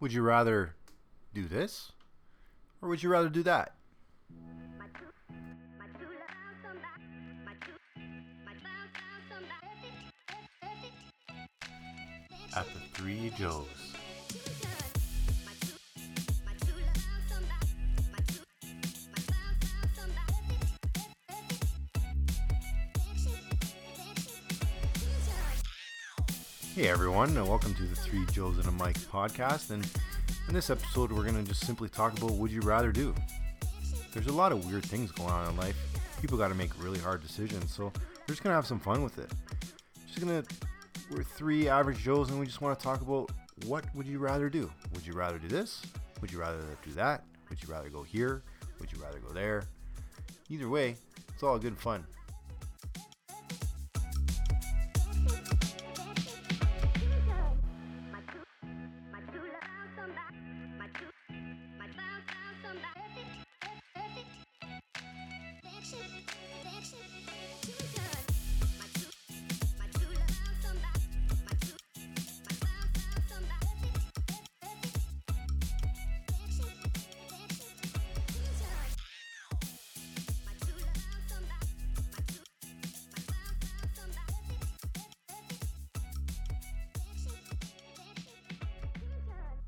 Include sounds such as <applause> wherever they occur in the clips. Would you rather do this or would you rather do that? My true, my true love found somebody. My true, my found found somebody. At the Three Joes. My true, my true love found somebody. My true, my found found somebody. Hey everyone, and welcome to the Three Joes and a Mic podcast. And in this episode, we're gonna just simply talk about would you rather do. There's a lot of weird things going on in life. People got to make really hard decisions, so we're just gonna have some fun with it. Just gonna we're three average Joes, and we just want to talk about what would you rather do. Would you rather do this? Would you rather do that? Would you rather go here? Would you rather go there? Either way, it's all good fun. My true, my true love found somebody. My true, my found found somebody. My true, my true love found somebody. My true, my found found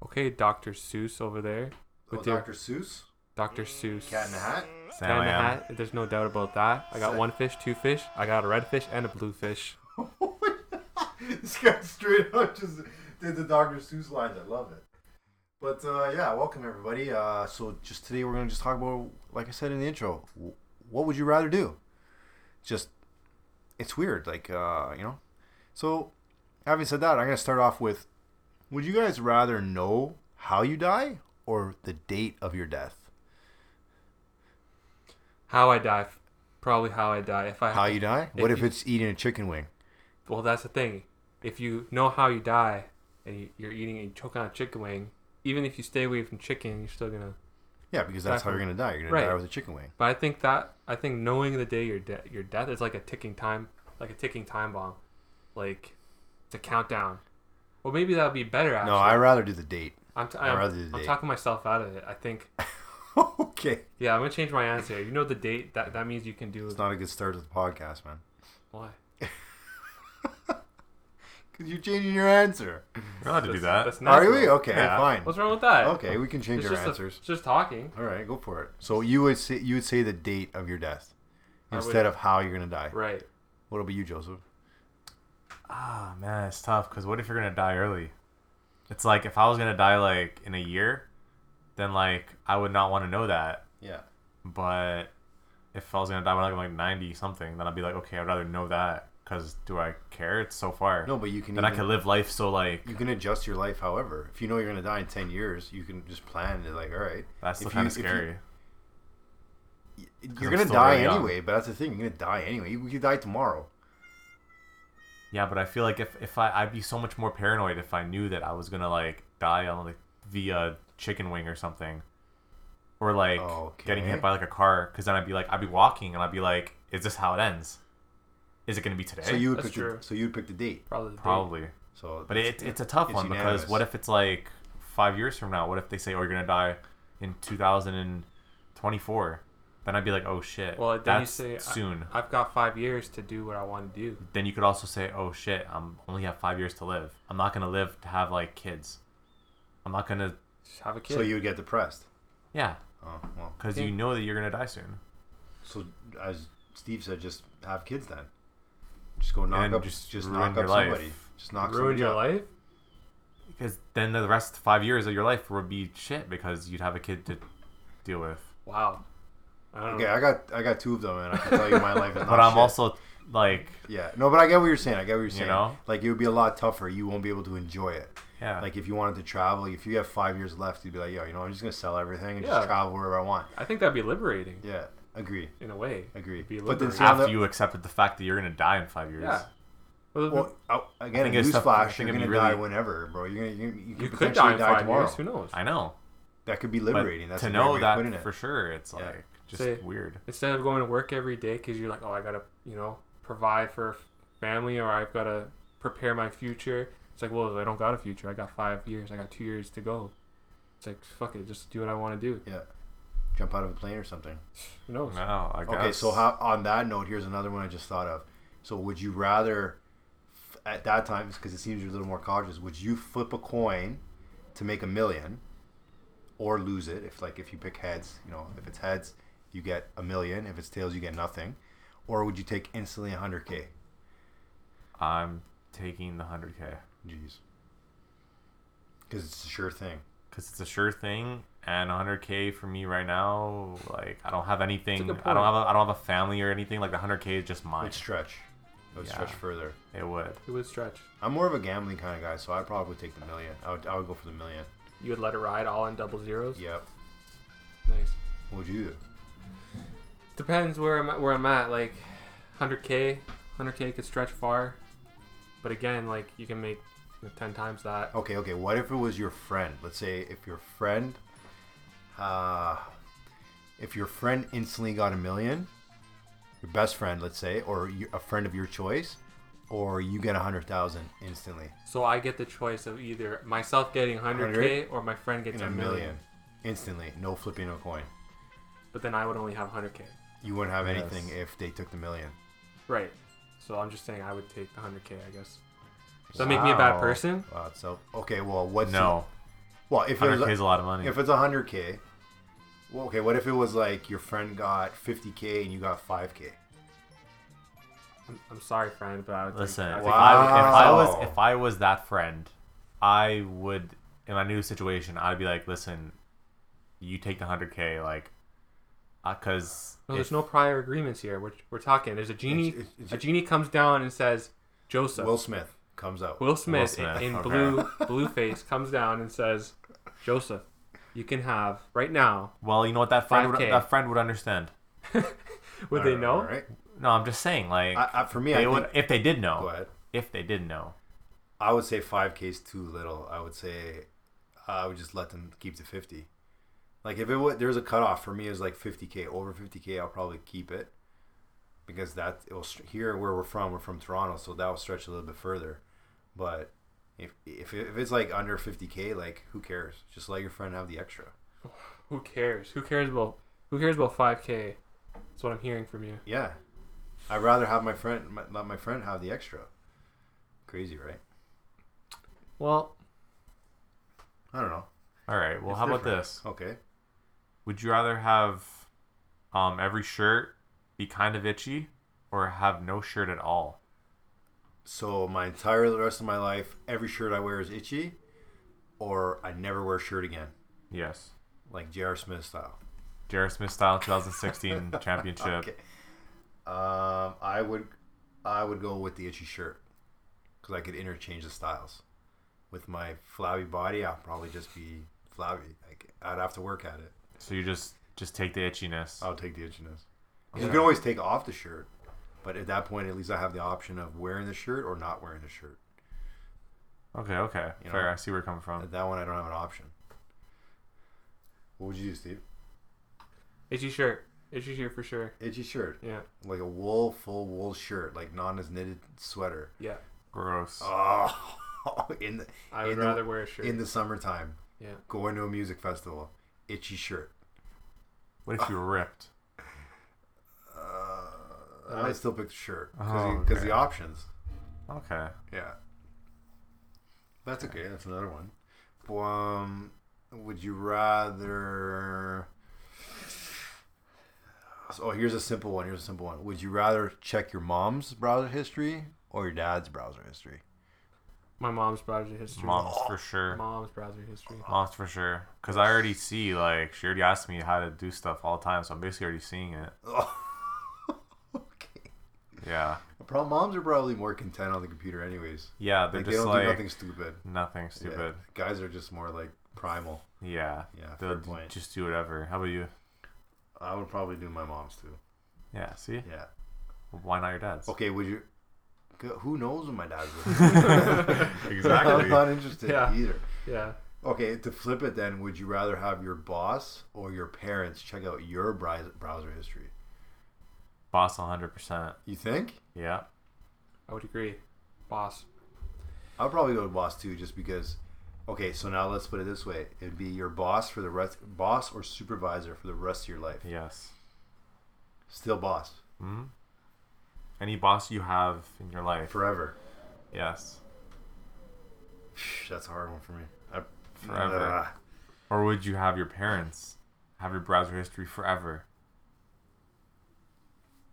Okay, Dr. Seuss over there. Oh, With your- Seuss, Dr. Seuss. Hat, Cat in the hat. There's no doubt about that. I got one fish, two fish. I got a red fish and a blue fish. <laughs> this guy straight up just did the Dr. Seuss lines. I love it. But uh, yeah, welcome everybody. Uh, so just today we're gonna just talk about, like I said in the intro, w- what would you rather do? Just, it's weird, like uh, you know. So, having said that, I'm gonna start off with, would you guys rather know how you die or the date of your death? How I die. f- Probably how I die. If I How you die? What If if you- it's eating a chicken wing? Well, that's the thing. If you know how you die and you- you're eating and you choke on a chicken wing, even if you stay away from chicken, you're still gonna. Yeah, because that's how you're gonna die. You're gonna die Right. with a chicken wing. But I think that I think knowing the day your de- your death is like a ticking time, like a ticking time bomb, like the countdown. Well, maybe that would be better. Actually. No, I'd rather do the date. <laughs> I'm, t- I'd I'm, rather do the I'm date. talking myself out of it. I think. okay, Yeah, I'm gonna change my answer. You know the date. That that means you can do. it's not a good start to the podcast, man. Why? Because you're changing your answer. We're allowed to do That's- that. that's Are natural. we? Okay, Yeah. fine. What's wrong with that? Okay, we can change It's our just, a- answers. it's just talking. All right, go for it. So you would say you would say the date of your death I would- instead of how you're gonna die. Right. What'll be you, Joseph? Ah, man, it's tough because what if you're gonna die early? It's like if I was gonna die like in a year, then like I would not want to know that. Yeah. But if I was gonna die when I'm like 90 something, then I'd be like, okay, I'd rather know that because do I care? It's so far. No, but you can. Then I even- could live life so like You can adjust your life, however. If you know you're gonna die in ten years, you can just plan it. Like, all right, that's still if you- kind of if you- scary. y- I'm You're gonna still die really young. anyway, but that's the thing. You're gonna die anyway. You could die tomorrow. Yeah, but I feel like if if I I'd be so much more paranoid if I knew that I was gonna like die on like via chicken wing or something, or like getting Oh, Okay. hit by like a car. Because then I'd be like I'd be walking and I'd be like, is this how it ends? Is it gonna be today? So you would That's pick. The, true. so you'd pick the date. Probably. The date. probably. So, But it, it's a tough It's one unanimous. because what if it's like five years from now? What if they say, oh, you're gonna die in 2024? Then I'd be like, oh shit. Well, then that's you say soon. I, have got five years to do what I want to do. then you could also say, "Oh shit, I'm only have five years to live. I'm not gonna live to have like kids. I'm not gonna, Just have a kid. so you would get depressed. yeah, Oh well. because Yeah. you know that you're gonna die soon. So as Steve said, just have kids then. Just go knock And up, just, just knock ruin up your life. somebody. Just knock somebody ruined your up. life. Because then the rest five years of your life would be shit because you'd have a kid to deal with. Wow. I don't Okay, I got I got two of them, and I can tell you my life <laughs> is not. But I'm Oh, shit. also like, yeah. No, but I get what you're saying. I get what you're saying. know? Like it would be a lot tougher. You won't be able to enjoy it. yeah, Like if you wanted to travel, if you have five years left, you'd be like, yo, you know, I'm just gonna sell everything and just Yeah. travel wherever I want. I think that'd be liberating Yeah, agree, in a way. agree. It'd be But then liberating. see, on after the- you accepted the fact that you're gonna die in five years. Yeah. Well, well, oh, again, think it's tough- I newsflash, think you're it'd gonna be die really- whenever, bro. You're gonna you, you, you could could potentially die in die, five tomorrow. years. Who knows? I know. That could be But liberating. That's to a great know way of putting that it. for sure, it's like just Say- weird. Instead of going to work every day because you're like, oh, I gotta, you know, provide for family or I've gotta prepare my future. It's like, well, I don't got a future. I got five years. I got two years to go. It's like, fuck it, just do what I want to do. Yeah. Jump out of a plane or something. Who knows? No, I guess. Okay, so how, on that note, here's another one I just thought of. So would you rather, f- at that time, because it seems you're a little more cautious, would you flip a coin to make a million, or lose it? If like if you pick heads, you know, if it's heads, you get a million. If it's tails, you get nothing. Or would you take instantly 100k? I'm taking the 100k Jeez. Because it's a sure thing. because it's a sure thing. And 100k for me right now, like I don't have anything. good I don't point. have a, I don't have a family or anything. Like the 100k is just It mine. would stretch. It would Yeah. stretch further. It would. It would stretch. I'm more of a gambling kind of guy, so I probably would take the million. I would, I would go for the million. You would let it ride all in double zeros. Yep. Nice. What would you do? Depends where I'm at, where I'm at. Like, 100k, 100k could stretch far, but again, like you can make you know, 10 times that. Okay, okay. What if it was your friend? Let's say if your friend, uh, if your friend instantly got a million, your best friend, let's say, or you, a friend of your choice, or you get a hundred thousand instantly So I get the choice of either myself getting 100k or my friend gets in a a million. million, instantly, no flipping a coin. But then I would only have 100k. You wouldn't have Yes. anything if they took the million. Right. So I'm just saying I would take the 100k, I guess. Does that make me a bad Wow. person? Wow. Uh, So okay, well, what's No, well, if it was 100k is a lot of money. if it's a hundred k, well, okay. What if it was like your friend got fifty k and you got five k? I'm, I'm sorry, friend, but I would take- Listen, I if, would Wow. take- I, if I was Wow. if I was that friend, I would in my new situation, I'd be like, listen, you take the hundred k, like, uh, because No, there's no prior agreements here. We're, we're talking. There's a genie. It's- it's- it's- a genie comes down and says, Joseph. Will Will, Smith comes out. Smith, Will Smith, in okay. blue blue face comes down and says, Joseph, you can have right now. well, you know what that friend would, 5K. that friend would understand. Would they know? All right. No, I'm just saying, like, I, I, for me, they I would think, if they did know. go ahead. If they did know, I would say five k is too little. I would say I would just let them keep the fifty. Like if it was, there's a cutoff for me is like fifty k. Over fifty k, I'll probably keep it because that it will str- here where we're from. We're from Toronto, so that will stretch a little bit further. But if if, it- if it's like under fifty k, like who cares? Just let your friend have the extra. Who cares? Who cares about who cares about 5K? That's what I'm hearing from you. Yeah, I'd rather have my friend my, let my friend have the extra. Crazy, right? Well, I don't know. all right. Well, It's how about different. this? Okay. Would you rather have um every shirt be kind of itchy, or have no shirt at all? So my entire the rest of my life, every shirt I wear is itchy, or I never wear a shirt again, Yes. like J.R. Smith style. Jared Smith style 2016 championship. <laughs> Okay. Um, I would, I would go with the itchy shirt, because I could interchange the styles. With my flabby body, I'll probably just be flabby. Like I'd have to work at it. So you just just take the itchiness. I'll take the itchiness. 'Cause You can always take off the shirt, but at that point, at least I have the option of wearing the shirt or not wearing the shirt. Okay, okay, Oh. You fair. know? I see where you're coming from. At that one, I don't have an option. What would you do, Steve? itchy shirt. Itchy shirt for sure. Itchy shirt. Yeah. Like a wool, full wool shirt, like Nana's knitted sweater. Yeah. Gross. Oh, in the I would in the- rather wear a shirt. in the summertime, yeah. going to a music festival, itchy shirt. What if you were ripped? Uh, I still pick the shirt Oh, because okay. the options. Okay. Yeah, that's okay. That's another one. Um, would you rather? So oh, here's a simple one. Here's a simple one. Would you rather check your mom's browser history or your dad's browser history? My mom's browser history. Moms for sure. Mom's browser history. Moms for sure. Because I already see, like, she already asked me how to do stuff all the time, so I'm basically already seeing it. <laughs> okay. Yeah. Pro- moms are probably more content on the computer, anyways. Yeah, they're Like, they just don't like, do nothing, nothing stupid. Yeah. stupid. Guys are just more like primal. Yeah. Yeah, fair They'll point. just do whatever. How about you? I would probably do my mom's too. Yeah, see? Yeah. Why not your dad's? Okay. Would you? Go- Who knows what my <laughs> dad's doing? I'm not interested Yeah. either. Yeah. Okay. To flip it, then, would you rather have your boss or your parents check out your browser browser history? Boss 100%. You think? Yeah. I would agree. Boss. I'll probably go to boss too, just because. Okay, so now let's put it this way: it'd be your boss for the rest, boss or supervisor for the rest of your life. Yes. Still boss hmm Any boss you have in your life. forever. Yes. That's a hard one for me. I, Forever. Ah. Or would you have your parents have your browser history forever?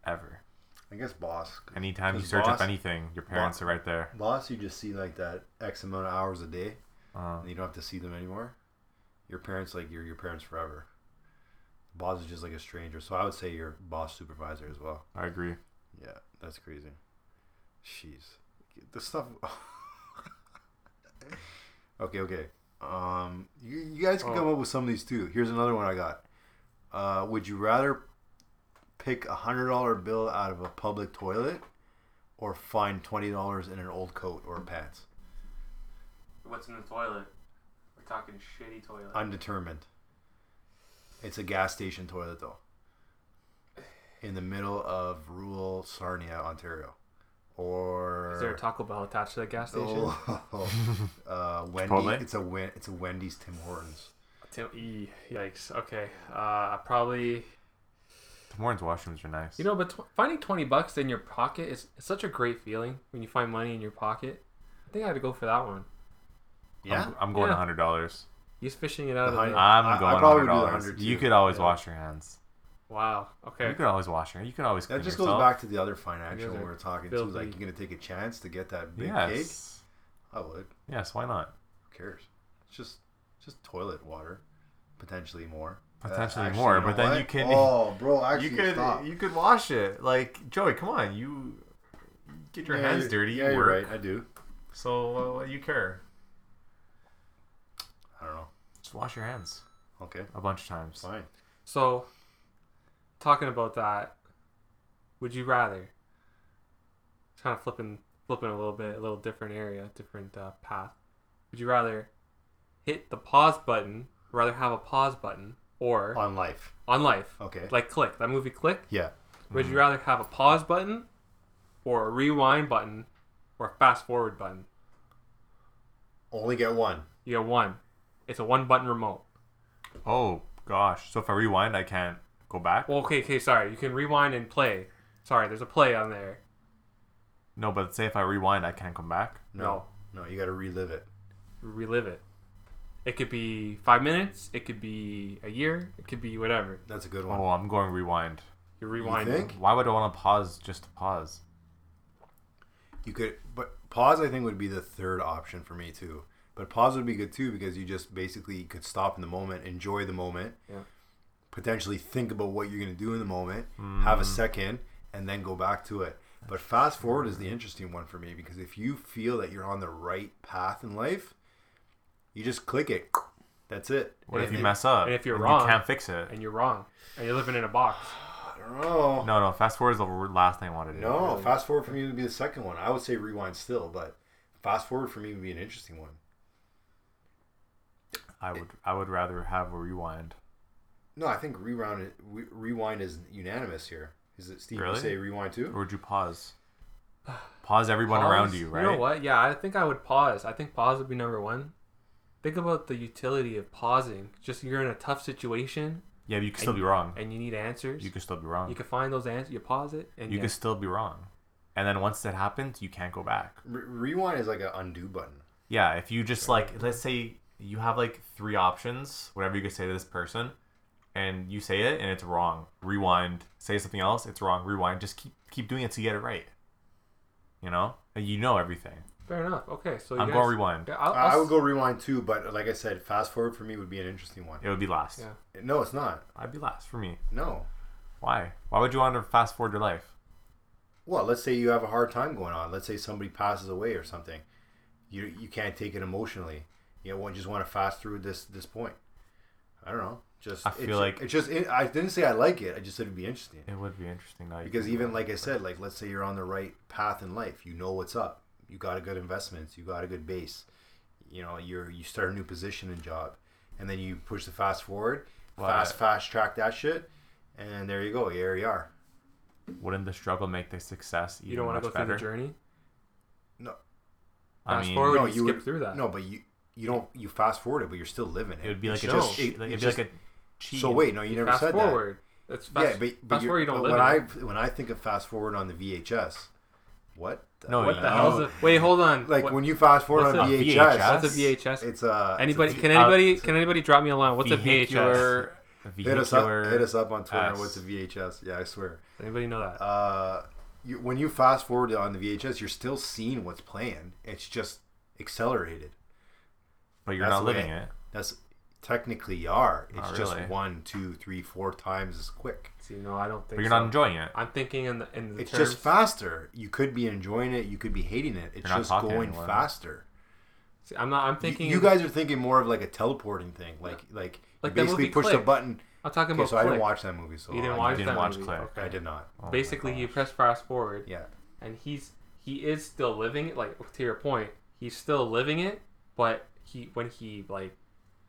Ever. I guess boss. 'cause- Anytime you 'cause search boss, up anything, your parents are right there. boss, you just see like that X amount of hours a day, Uh, and you don't have to see them anymore. Your parents, like you're your parents forever. Boss is just like a stranger, so I would say your boss supervisor as well. I agree. Yeah, that's crazy. Jeez, the stuff. <laughs> okay, okay. Um, you, you guys can come Oh. up with some of these too. Here's another one I got. Uh, would you rather pick a hundred dollar bill out of a public toilet, or find twenty dollars in an old coat or pants? What's in the toilet? We're talking shitty toilet. Undetermined. It's a gas station toilet though. In the middle of rural Sarnia, Ontario, or Is there a Taco Bell attached to that gas <laughs> station? Oh, uh, Wendy. Chipotle? It's a Wen- it's a Wendy's Tim Hortons. Tim, e, yikes. Okay. Uh, probably. The morning's washrooms are nice. You know, but tw- finding 20 bucks in your pocket is it's such a great feeling when you find money in your pocket. I think I had to go for that one. Yeah, I'm, I'm going Yeah. hundred dollars. He's fishing it out of The Ah. the. hun- I'm I- I going probably would do the hundred dollars. 100 You too. could always Yeah. wash your hands. Wow. Okay. You could always wash your. You could always. Clean that just yourself. goes back to the other financial guys we are were talking to. filthy. Like you're gonna take a chance to get that big cake. yes. I would. Yes. Why not? Who cares? It's just just toilet water, potentially more. Uh, Potentially actually, more, you know but then what? you can. Oh, bro, actually, you could. stop. You could wash it. Like Joey, come on. You get your Yeah, hands you- dirty. Yeah, you you're work. right. I do. So uh, what do you care? I don't know. Just wash your hands Okay, a bunch of times. fine. So, talking about that, would you rather? Kind of flipping, flipping a little bit, a little different area, different uh, path. Would you rather hit the pause button, rather have a pause button, or On life. on life, Okay. like Click, that movie Click? Yeah. Would you rather have a pause button, or a rewind button, or a fast forward button? Only get one. You get one. It's a one button remote. Oh gosh. So if I rewind, I can't go back. Well, okay, okay, sorry. You can rewind and play. Sorry, there's a play on there. No, but say if I rewind, I can't come back. No. No, you got to relive it. relive it. It could be five minutes. It could be a year. It could be whatever. That's a good one. Oh, I'm going rewind. You rewind. think? Why would I want to pause just to pause? You could, but pause I think would be the third option for me too. But pause would be good too because you just basically could stop in the moment, enjoy the moment, Yeah. potentially think about what you're gonna do in the moment, have Mm. a second, and then go back to it. But fast forward is the interesting one for me because if you feel that you're on the right path in life, you just click it. That's it. What And if you it- mess up? and if you're wrong, you can't fix it. And you're wrong. And you're living in a box. I don't know. No, no. Fast forward is the last thing I want to do. No, fast forward for me would be the second one. I would say rewind still, but fast forward for me would be an interesting one. I would. I would rather have a rewind. No, I think rewind re- rewind is unanimous here. Is it Steve? Really? You say rewind too? Or would you pause? Pause everyone around Pause. you, right? You know what? Yeah, I think I would pause. I think pause would be number one. Think about the utility of pausing. Just you're in a tough situation Yeah, but you can still be wrong. and you need answers. You can still be wrong. You You can, can find those answers. You pause it and you yeah, still be wrong. And then once that happens, you can't go back. Re- rewind is like an undo button. Yeah, if you just like, let's say you have like three options, whatever you could say to this person, and you say it and it's wrong, rewind. Say something else, it's wrong, rewind. Just keep keep doing it to get it right. You know, And you know everything. fair enough. Okay, so I'm you going guys- rewind. Yeah, I'll, I, I I'll would go rewind too, but like I said, fast forward for me would be an interesting one. It would be last. Yeah. No, it's not. I'd be last for me. No. Why? Why would you want to fast forward your life? Well, let's say you have a hard time going on. Let's say somebody passes away or something. You you can't take it emotionally. You know, you just want to fast through this this point. I don't know. Just I it's- feel like- it's just. I didn't say I like it. I just said it'd be interesting. It would be interesting. Now you because think even about it. like i said like let's say you're on the right path in life you know what's up you got a good investments you got a good base you know you're you start a new position and job and then you push the fast forward Well, fast I- fast track that shit and there you go here you are wouldn't the struggle make the success even you don't want much to go better? through the journey. no I Fast mean, forward. no, you you skip would- through that. No, but you you don't you fast forward it, but you're still living it. it would be You like a should- just, it- like, it it'd just- be like a cheat. So wait, no, you never fast said forward. That's that. fast, yeah, but, but fast you're- forward. You don't but live. when in I it. when I think of fast forward on the VHS, what? the- No, What the Oh. hell's a Wait, hold on. Like What- when you fast forward what's on a VHS, VHS? That's a VHS. It's a anybody? It's a, Can uh, anybody? Can anybody drop me a line? What's a VHS? vehicular? hit us up? Hit us up on Twitter. Yes. What's a VHS? Yeah, I swear. Anybody know that? Uh, you, when you fast forward on the VHS, you're still seeing what's playing. It's just accelerated. But you're That's not the way living it- it. That's technically you are. It's Not just really. one, two, three, four times as quick. See, no, I don't think. But you're so. not enjoying it. I'm thinking in the in the It's terms. just faster. You could be enjoying it. You could be hating it. It's You're not just talking going anymore. faster. See, I'm not. I'm You, thinking. you guys are thinking more of like a teleporting thing. Like like, Like that you basically movie push the Click. button. I'm talking Okay, about. so I didn't Click. watch that movie. So You didn't I- watch didn't that watch movie. Click. Okay. I did not. Oh my Basically, gosh. you press fast forward, Yeah. and he's he is still living it. Like to your point, he's still living it. But he when he like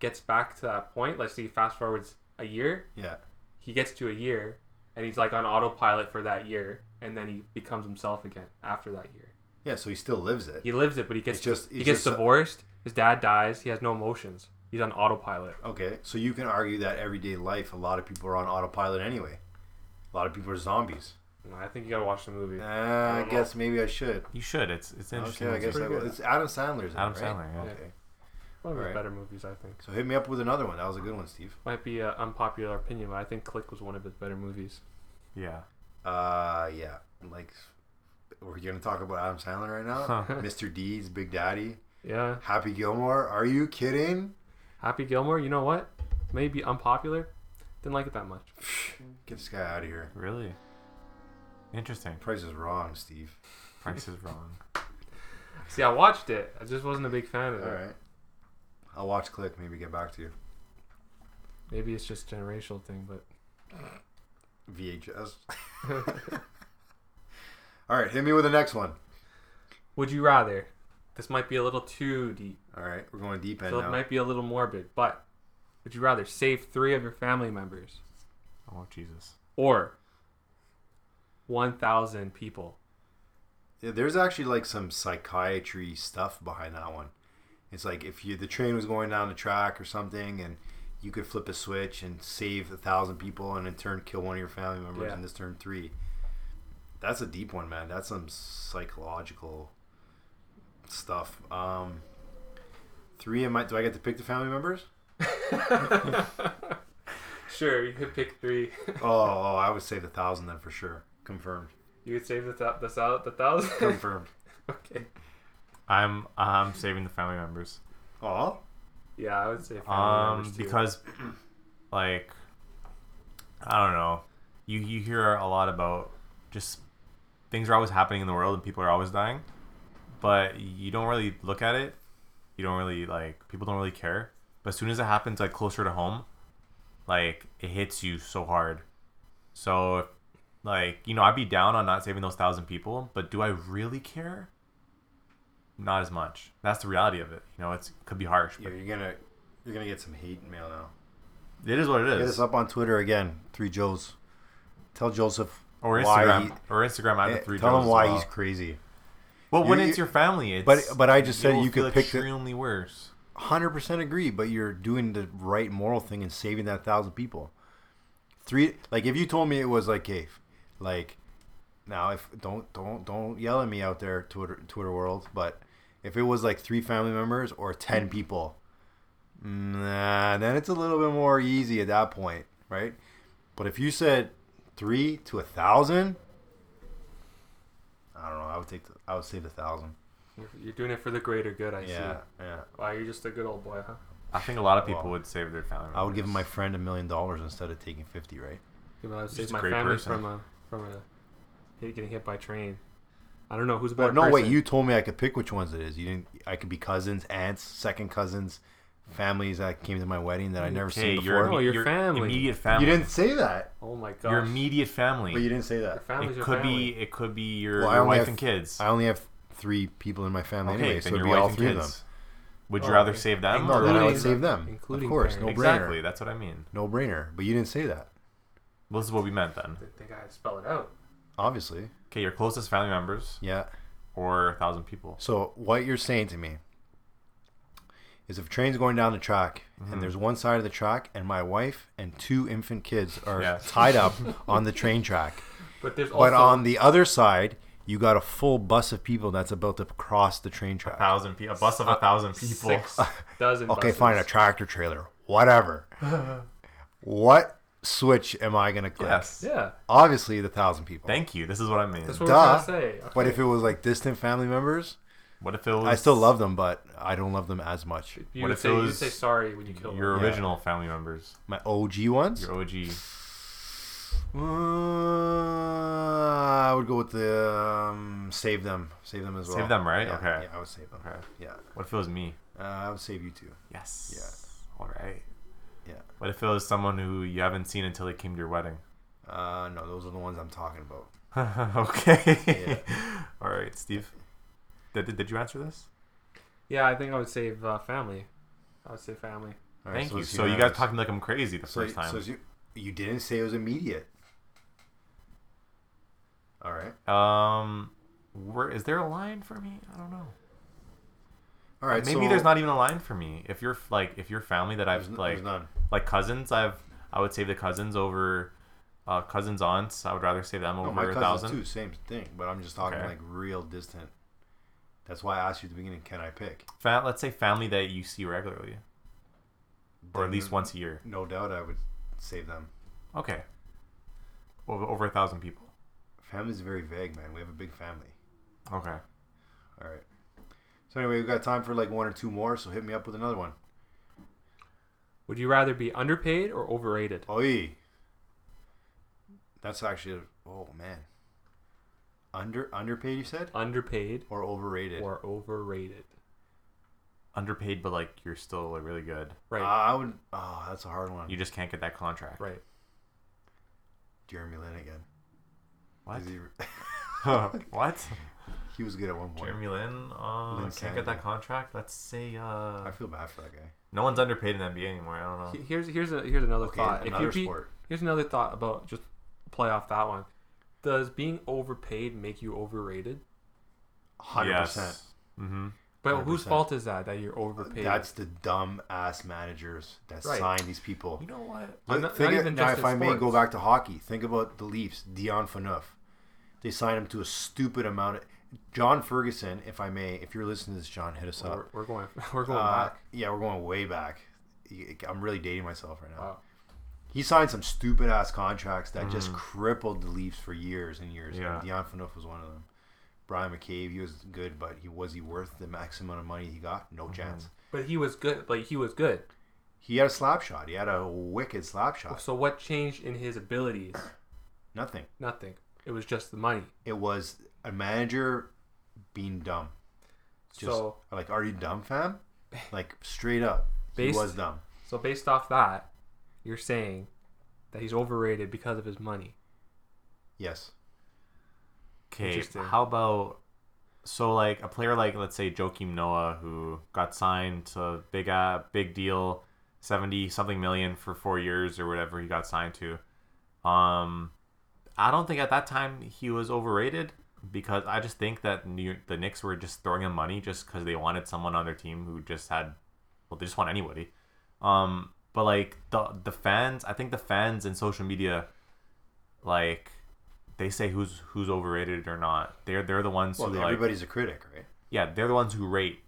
gets back to that point, let's see, fast forwards a year, Yeah. he gets to a year, and he's like on autopilot for that year, and then he becomes himself again after that year. Yeah. So he still lives it. He lives it, but he gets It's just- he it's gets just- divorced. His dad dies. He has no emotions. He's on autopilot. Okay, so you can argue that everyday life, a lot of people are on autopilot anyway. A lot of people are zombies. And I think you gotta watch the movie. Uh, I don't know. guess maybe I should. You should. It's it's interesting. Okay, I It's guess I pretty will. good. It's Adam Sandler's. in it, Adam right? Sandler. Yeah. Okay, One of the Alright. better movies, I think. so hit me up with another one. That was a good one, Steve. Might be an unpopular opinion, but I think Click was one of his better movies. <laughs> Yeah. Uh, yeah, like we're gonna talk about Adam Sandler right now. Mr. Deeds, Big Daddy, Yeah. Happy Gilmore. Are you kidding? Happy Gilmore, you know what? Maybe unpopular. Didn't like it that much. Get this guy out of here. Really. Interesting. Price is wrong, Steve. Price is wrong. See, I watched it. I just wasn't a big fan of All it. right, I'll watch Click. Maybe get back to you. Maybe it's just a generational thing, but VHS. <laughs> <laughs> All right, hit me with the next one. would you rather? This might be a little too deep. All right, we're going deep end So it now. might be a little morbid, but would you rather save three of your family members Oh Jesus. or 1,000 people? Yeah, There's actually like some psychiatry stuff behind that one. It's like if you the train was going down the track or something, and you could flip a switch and save a thousand people, and in turn kill one of your family members, Yeah. and this turn three. That's a deep one, man. That's some psychological stuff. Um, three of my do I get to pick the family members? Sure, you could pick three. <laughs> Oh, oh I would save the thousand then for sure. <laughs> Confirmed. you could save the, thou- the, thou- the thousand? Confirmed. <laughs> okay. I'm I'm saving the family members. Oh, Yeah, I would say family Um, members too. because like I don't know, you you hear a lot about just things are always happening in the world and people are always dying, but you don't really look at it. You don't really like people don't really care. But as soon as it happens, like closer to home, like it hits you so hard. So, like you know, I'd be down on not saving those thousand people, but do I really care? Not as much. That's the reality of it. You know, it's could be harsh, but you're, you're gonna you're gonna get some hate mail now. it is what it Hit is. us up on Twitter again, Three Joes. Tell Joseph or why Instagram, he- or Instagram at eh, the three. tell Joes him as why well. he's crazy. Well, when You- it's you- your family, it's But but I just said you'll you feel could pick the extremely worse. hundred percent agree. But you're doing the right moral thing and saving that thousand people. Three like if you told me it was like cave, like now if don't don't don't yell at me out there Twitter Twitter world. But if it was like three family members or ten people, nah, then it's a little bit more easy at that point, right? But if you said three to a thousand, I don't know. I would take the, I would say the thousand. You're, you're doing it for the greater good, I Yeah, see. yeah. Wow, you're just a good old boy, huh? I think a lot of people Well, would save their family. I would give members. my friend a million dollars instead of taking fifty, right? Yeah, but I would Just save a my great family person. from a from a hit, getting hit by a train. I don't know who's a better But no, wait. person. You told me I could pick which ones it is. You didn't. I could be cousins, aunts, second cousins, families that came to my wedding that I never Okay, seen your, before. No, Oh, your family. immediate family. you didn't say that, Oh my gosh. Your immediate family. but you didn't say Your that. family's it your could family. be. It could be your, Well, I your only wife have- and kids. I only have three people in my family okay, anyway, so then it'd your be wife all and three of them. kids. Would you Oh, rather okay. save them? No, then I would Including- save them. including of course, no parents. exactly. brainer, That's what I mean. no brainer. But you didn't say that, Well, this is what we meant then. They, they gotta spell it out. obviously. Okay, your closest family members, Yeah, or a thousand people. So what you're saying to me is if a train's going down the track Mm-hmm. and there's one side of the track and my wife and two infant kids are Yeah. tied <laughs> up on the train track, But there's also but um, on the other side you got a full bus of people that's about to cross the train track. thousand people, a bus of a thousand <laughs> people. six dozen. Okay, buses. fine, a tractor trailer, whatever. what switch am I gonna click? Yes. Yeah, Obviously the thousand people. Thank you. This is what I mean. that's What, what Duh. we're trying to say. But Okay. if it was like distant family members, if it was? I still love them, but I don't love them as much. you what would if say it you was say sorry when you kill your them. Yeah. original family members, My OG ones. your OG. Uh, I would go with the um, save them, save them as well. Save them, right? Yeah, Okay. Yeah, I would save them. Okay. Yeah, What if it was me? uh, I would save you too. Yes. All right. Yeah. What if it was someone who you haven't seen until they came to your wedding? <laughs> Uh, no, those are the ones I'm talking about. okay. All right, Steve. Did, did, did you answer this? Yeah, I think I would save uh, family. I would say family. All right, Thank you. let's see So what you guys happens. talking like I'm crazy the So, first time. so you, you didn't say it was immediate. All right. Um, where is there a line for me? I don't know. All right. Maybe so there's not even a line for me. If you're like, if your family that I've There's, n- like, there's none. like cousins, I've I would save the cousins over uh, cousins aunts. I would rather save them No, Oh, my over a cousins thousand. too. Same thing. But I'm just talking Okay. like real distant. That's why I asked you at the beginning. Can I pick? Fa- let's say family that you see regularly, or at Then least once a year. No doubt, I would save them. Okay. Over over a thousand people. Family's very vague, man. We have a big family. Okay. All right. So anyway, we've got time for like one or two more. So hit me up with another one. Would you rather be underpaid or overrated? Oi. That's actually oh man. Under underpaid, you said, Underpaid or overrated? or overrated? Underpaid, but like you're still like really good. Right. I would. Oh, that's a hard one. You just can't get that contract. right. Jeremy Lin again. What? Is He, what? <laughs> he was good at one point. Jeremy Lin uh, Lin can't Sandy. get that contract. Let's say uh, I feel bad for that guy. no one's underpaid in NBA anymore. I don't know. He- Here's here's a here's another Okay, thought. another if you sport. Be, here's another thought about just play off that one. Does being overpaid make you overrated? <laughs> Hundred percent. Mm-hmm. But whose 100%. fault is that that you're overpaid? That's the dumb ass managers that Right. sign these people. You know what? Look, I'm not- think not of- even now, just if in I may go sports. back to hockey, think about the Leafs, Dion Phaneuf. They signed him to a stupid amount. Of, John Ferguson, if I may, if you're listening to this, John, hit us So we're, up. we're going <laughs> we're going Uh, back. yeah, we're going way back. Y- I'm really dating myself right now. Wow. Mm. He signed some stupid ass contracts that just crippled the Leafs for years and years. Yeah. And Dion Phaneuf was one of them. Brian McCabe, he was good, but he was he worth the max amount of money he got? No Mm-hmm. chance. But he was good. Like he was good. He had a slap shot. He had a wicked slap shot. So what changed in his abilities? Nothing. Nothing. It was just the money. it was a manager being dumb. Just so like, are you dumb, <laughs> fam? Like straight up, he Based- was dumb. so based off that, you're saying that he's overrated because of his money. Yes, Okay, Interesting. how about so like a player like let's say Joakim Noah who got signed to a big uh, big deal, seventy something million for four years or whatever he got signed to. Um, I don't think at that time he was overrated because I just think that New- the Knicks were just throwing him money just because they wanted someone on their team who just had well they just want anybody. Um, but like the the fans, I think the fans and social media, like they say who's who's overrated or not. They're they're the ones well, who like everybody's a critic, right? yeah they're the ones who rate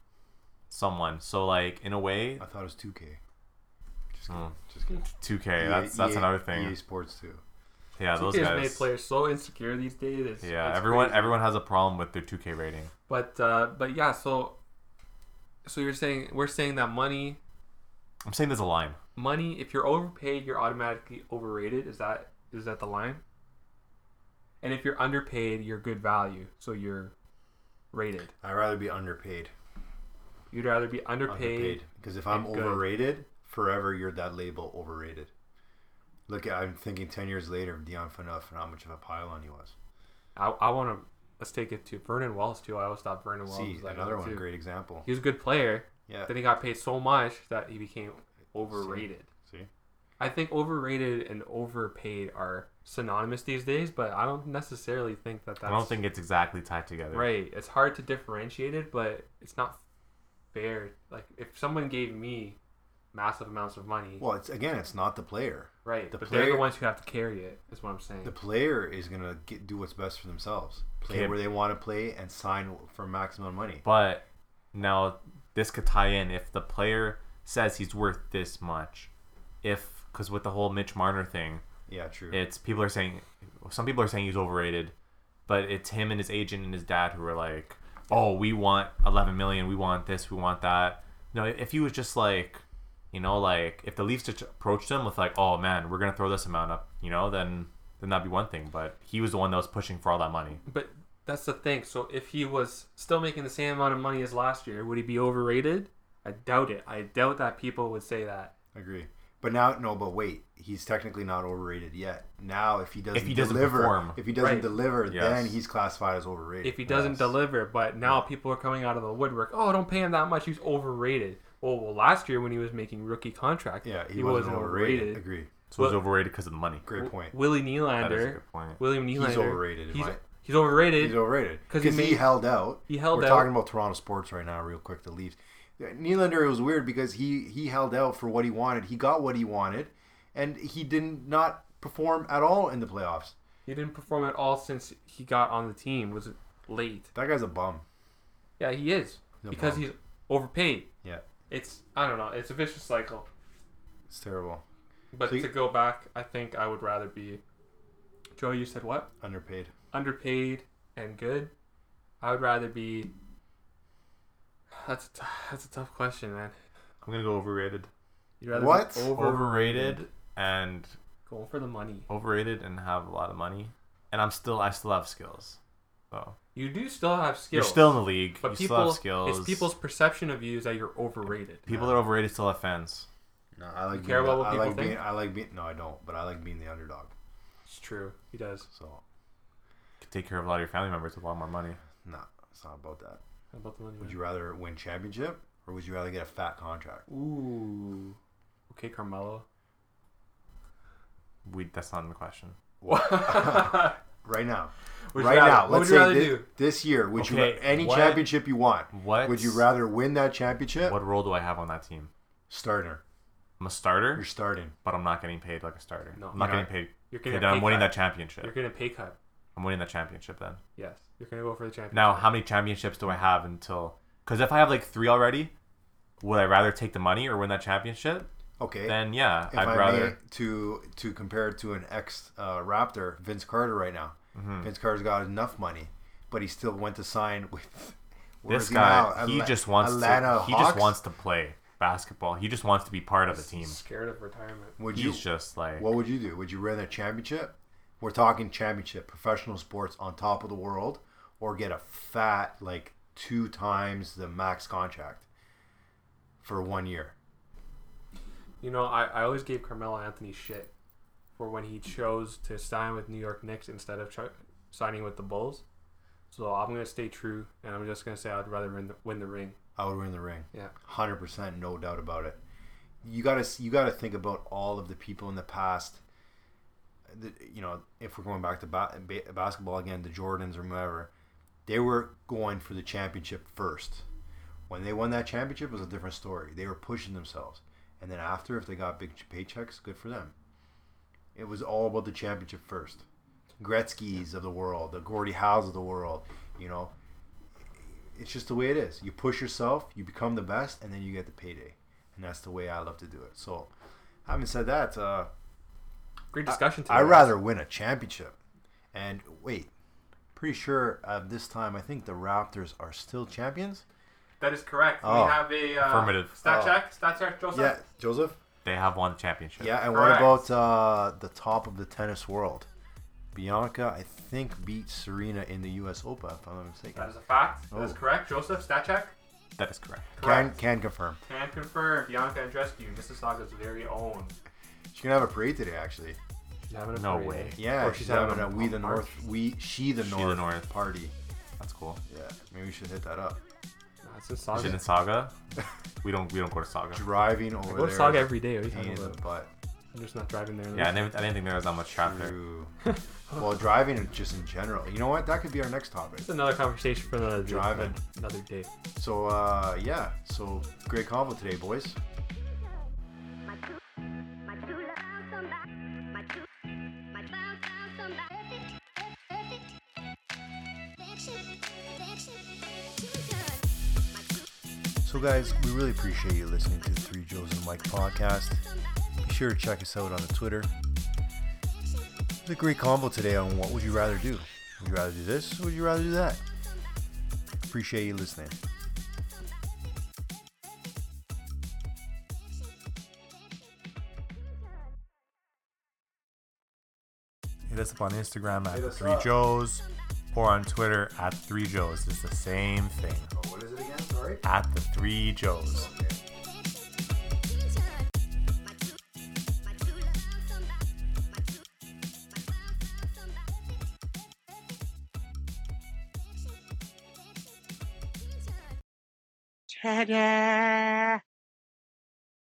someone. So like in a way, I thought it was 2K. Hmm. Just kidding. Mm. Just kidding. E two K EA that's that's EA another thing. EA E Sports too. Yeah, those He's made guys. players so insecure these days. It's, Yeah, it's everyone crazy. everyone has a problem with their two K rating. But uh, but yeah, so so you're saying we're saying that money I'm saying there's a line. money if you're overpaid you're automatically overrated is that is that the line and if you're underpaid you're good value so you're rated I'd rather be underpaid. you'd rather be underpaid, Underpaid. Because if I'm and good. overrated, forever you're that label overrated. Look, at, I'm thinking 10 years later of Dion Phaneuf and how much of a pylon he was. i, I want to let's take it to vernon wells too i always thought vernon wells See, was like another that, one, too. great example. he was a good player Yeah. then he got paid so much that he became overrated See? I think overrated and overpaid are synonymous these days, but I don't necessarily think that that's I don't think it's exactly tied together. right. It's hard to differentiate it, but it's not fair. Like if someone gave me massive amounts of money, Well, it's again, it's not the player. right? the but they're player- the ones who have to carry it. Is what I'm saying. The player is gonna get, do what's best for themselves. Play Yeah. where they want to play and sign for maximum money. But now this could tie in if the player says he's worth this much. If because with the whole Mitch Marner thing, Yeah, true. it's people are saying some people are saying he's overrated, but it's him and his agent and his dad who are like, "Oh, we want 11 million, we want this, we want that." No, if he was just like, you know, like if the Leafs just approached him with like, "Oh man, we're going to throw this amount up," you know, then then that'd be one thing, but he was the one that was pushing for all that money. But that's the thing. So if he was still making the same amount of money as last year, would he be overrated? I doubt it. I doubt that people would say that. Agree. But now, no, but wait, he's technically not overrated yet. Now, if he doesn't, he doesn't deliver, perform. if he doesn't Right. deliver, Yes. then he's classified as overrated. If he doesn't Yes. deliver, but now people are coming out of the woodwork. Oh, don't pay him that much. He's overrated. Well, well, last year when he was making rookie contract, yeah, he, wasn't, overrated. Agree. So he's Well- overrated because of the money. Great point. Willie That is a Nylander. good point. William Nylander. overrated, in He's, my- he's overrated. He's overrated 'Cause because he he, made- held out. he held We're out. talking about Toronto sports right now, real quick. The Leafs. Nylander it was weird because he he held out for what he wanted. He got what he wanted, and he did not perform at all in the playoffs. he didn't perform at all since he got on the team. Was late. That guy's a bum. Yeah, he is He's a because bum. he's overpaid. Yeah, It's I don't know. It's a vicious cycle. it's terrible. But So you- to go back, I think I would rather be. Joe, you said what? Underpaid. Underpaid and good. I would rather be. That's a t- that's a tough question, man. I'm going to go overrated. You'd rather What? Be over, Overrated and going for the money. overrated and have a lot of money, and I'm still I still have skills. So You do still have skills. you're still in the league. but you people. still have skills. It's people's perception of you is that you're overrated. people that are overrated still have fans. No, I like care being about the- what I people like being. think? I like being. No, I don't. But I like being the underdog. It's true. He does. So You could take care of a lot of your family members with a lot more money. no, it's not about that. How about the money? Would man? you rather win championship or would you rather get a fat contract? Ooh. Okay, <laughs> Carmelo. <laughs> We that's not in the question. Right now, Would you right rather- now. what Let's would you say rather thi- do? this year. Would you Okay, ra- any what- championship you want? What Would you rather win that championship? What role do I have on that team? Starter. I'm a You're starter, starting. but I'm not getting paid like a starter. No. I'm not You're getting paid. You're Okay, gonna. then pay I'm winning cut. that championship. You're gonna pay cut. I'm winning that championship then. Yes, you're gonna go for the championship. Now, how many championships do I have until? Because if I have like three already, would I rather take the money or win that championship? Okay. Then yeah, if I'd I rather. may, to to compare it to an ex uh, Raptor, Vince Carter right now. Mm-hmm. Vince Carter's got enough money, but he still went to sign with. <laughs> where is This he guy, now? he Atla- just wants Atlanta to. He Hawks? just wants to play basketball. He just wants to be part of the team. Scared of retirement. Would you? He's just like What would you do? Would you win a championship? We're talking championship, professional sports on top of the world, or get a fat like two times the max contract for one year. You know, I, I always gave Carmelo Anthony shit for when he chose to sign with New York Knicks instead of tr- signing with the Bulls. So I'm gonna stay true, and I'm just gonna say I'd rather win the, win the ring. I would win the ring. Yeah. hundred percent, no doubt about it. You gotta you gotta think about all of the people in the past. that, You know, if we're going back to ba- ba- basketball again, the Jordans or whoever, they were going for the championship first. When they won that championship, it was a different story. They were pushing themselves, and then after, if they got big ch- paychecks, good for them. It was all about the championship first. Gretzky's of the world, the Gordie Howes of the world, you know, it's just the way it is. You push yourself, you become the best, and then you get the payday. And that's the way I love to do it. So, having said that, uh, Great discussion today. I'd rather win a championship. And wait, pretty sure at this time, I think the Raptors are still champions. That is correct. Oh. We have a uh, Affirmative. stat Oh. check. Stat check. Joseph. Yeah, Joseph. they have won a championship. Yeah, and Correct. what about uh, the top of the tennis world? Bianca, I think, beat Serena in the U.S. Open, if I'm not mistaken. That is a fact. That is Oh. correct. Joseph. Stat check. that is correct. Can Correct. can confirm. Can, confirm. Bianca Andrescu, Mississauga's very own. She's gonna have a parade today, actually. She's having a No parade. way. Yeah, Or Oh, she's having a We the march. North, We She the She the North, North. party. That's cool. Yeah, maybe we should hit that up. That's in Is it Saga. <laughs> in Saga? We don't. We don't go to Saga. Driving over I go to there Saga is every day. What are a you pain talking in the about? butt. I'm just not driving there. Yeah, I, never, I didn't think there was that much traffic. True. well, driving is just in general. You know what? That could be our next topic. It's another conversation for another Driving. Day, another day. So, uh, yeah. So, great convo today, boys. My true, my true love found somebody. My true, my found found somebody. Perfect, per- perfect. Perfection, perfection. She was done. My true, So, guys, we really appreciate you listening to the Three Joes and Mike podcast. Be sure to check us out on the Twitter. It's a great combo today on what would you rather do? Would you rather do this? Would you rather do that? Appreciate you listening. Hit us up on Instagram Hit at us Three up. Joes or on Twitter at Three Joes. It's the same thing. Oh, what is it again? Sorry. At the Three Joes. she was done. My true, my true love found somebody. My true, my found found somebody. Perfect, perfect. Perfection, perfection. She was done. Ta-da!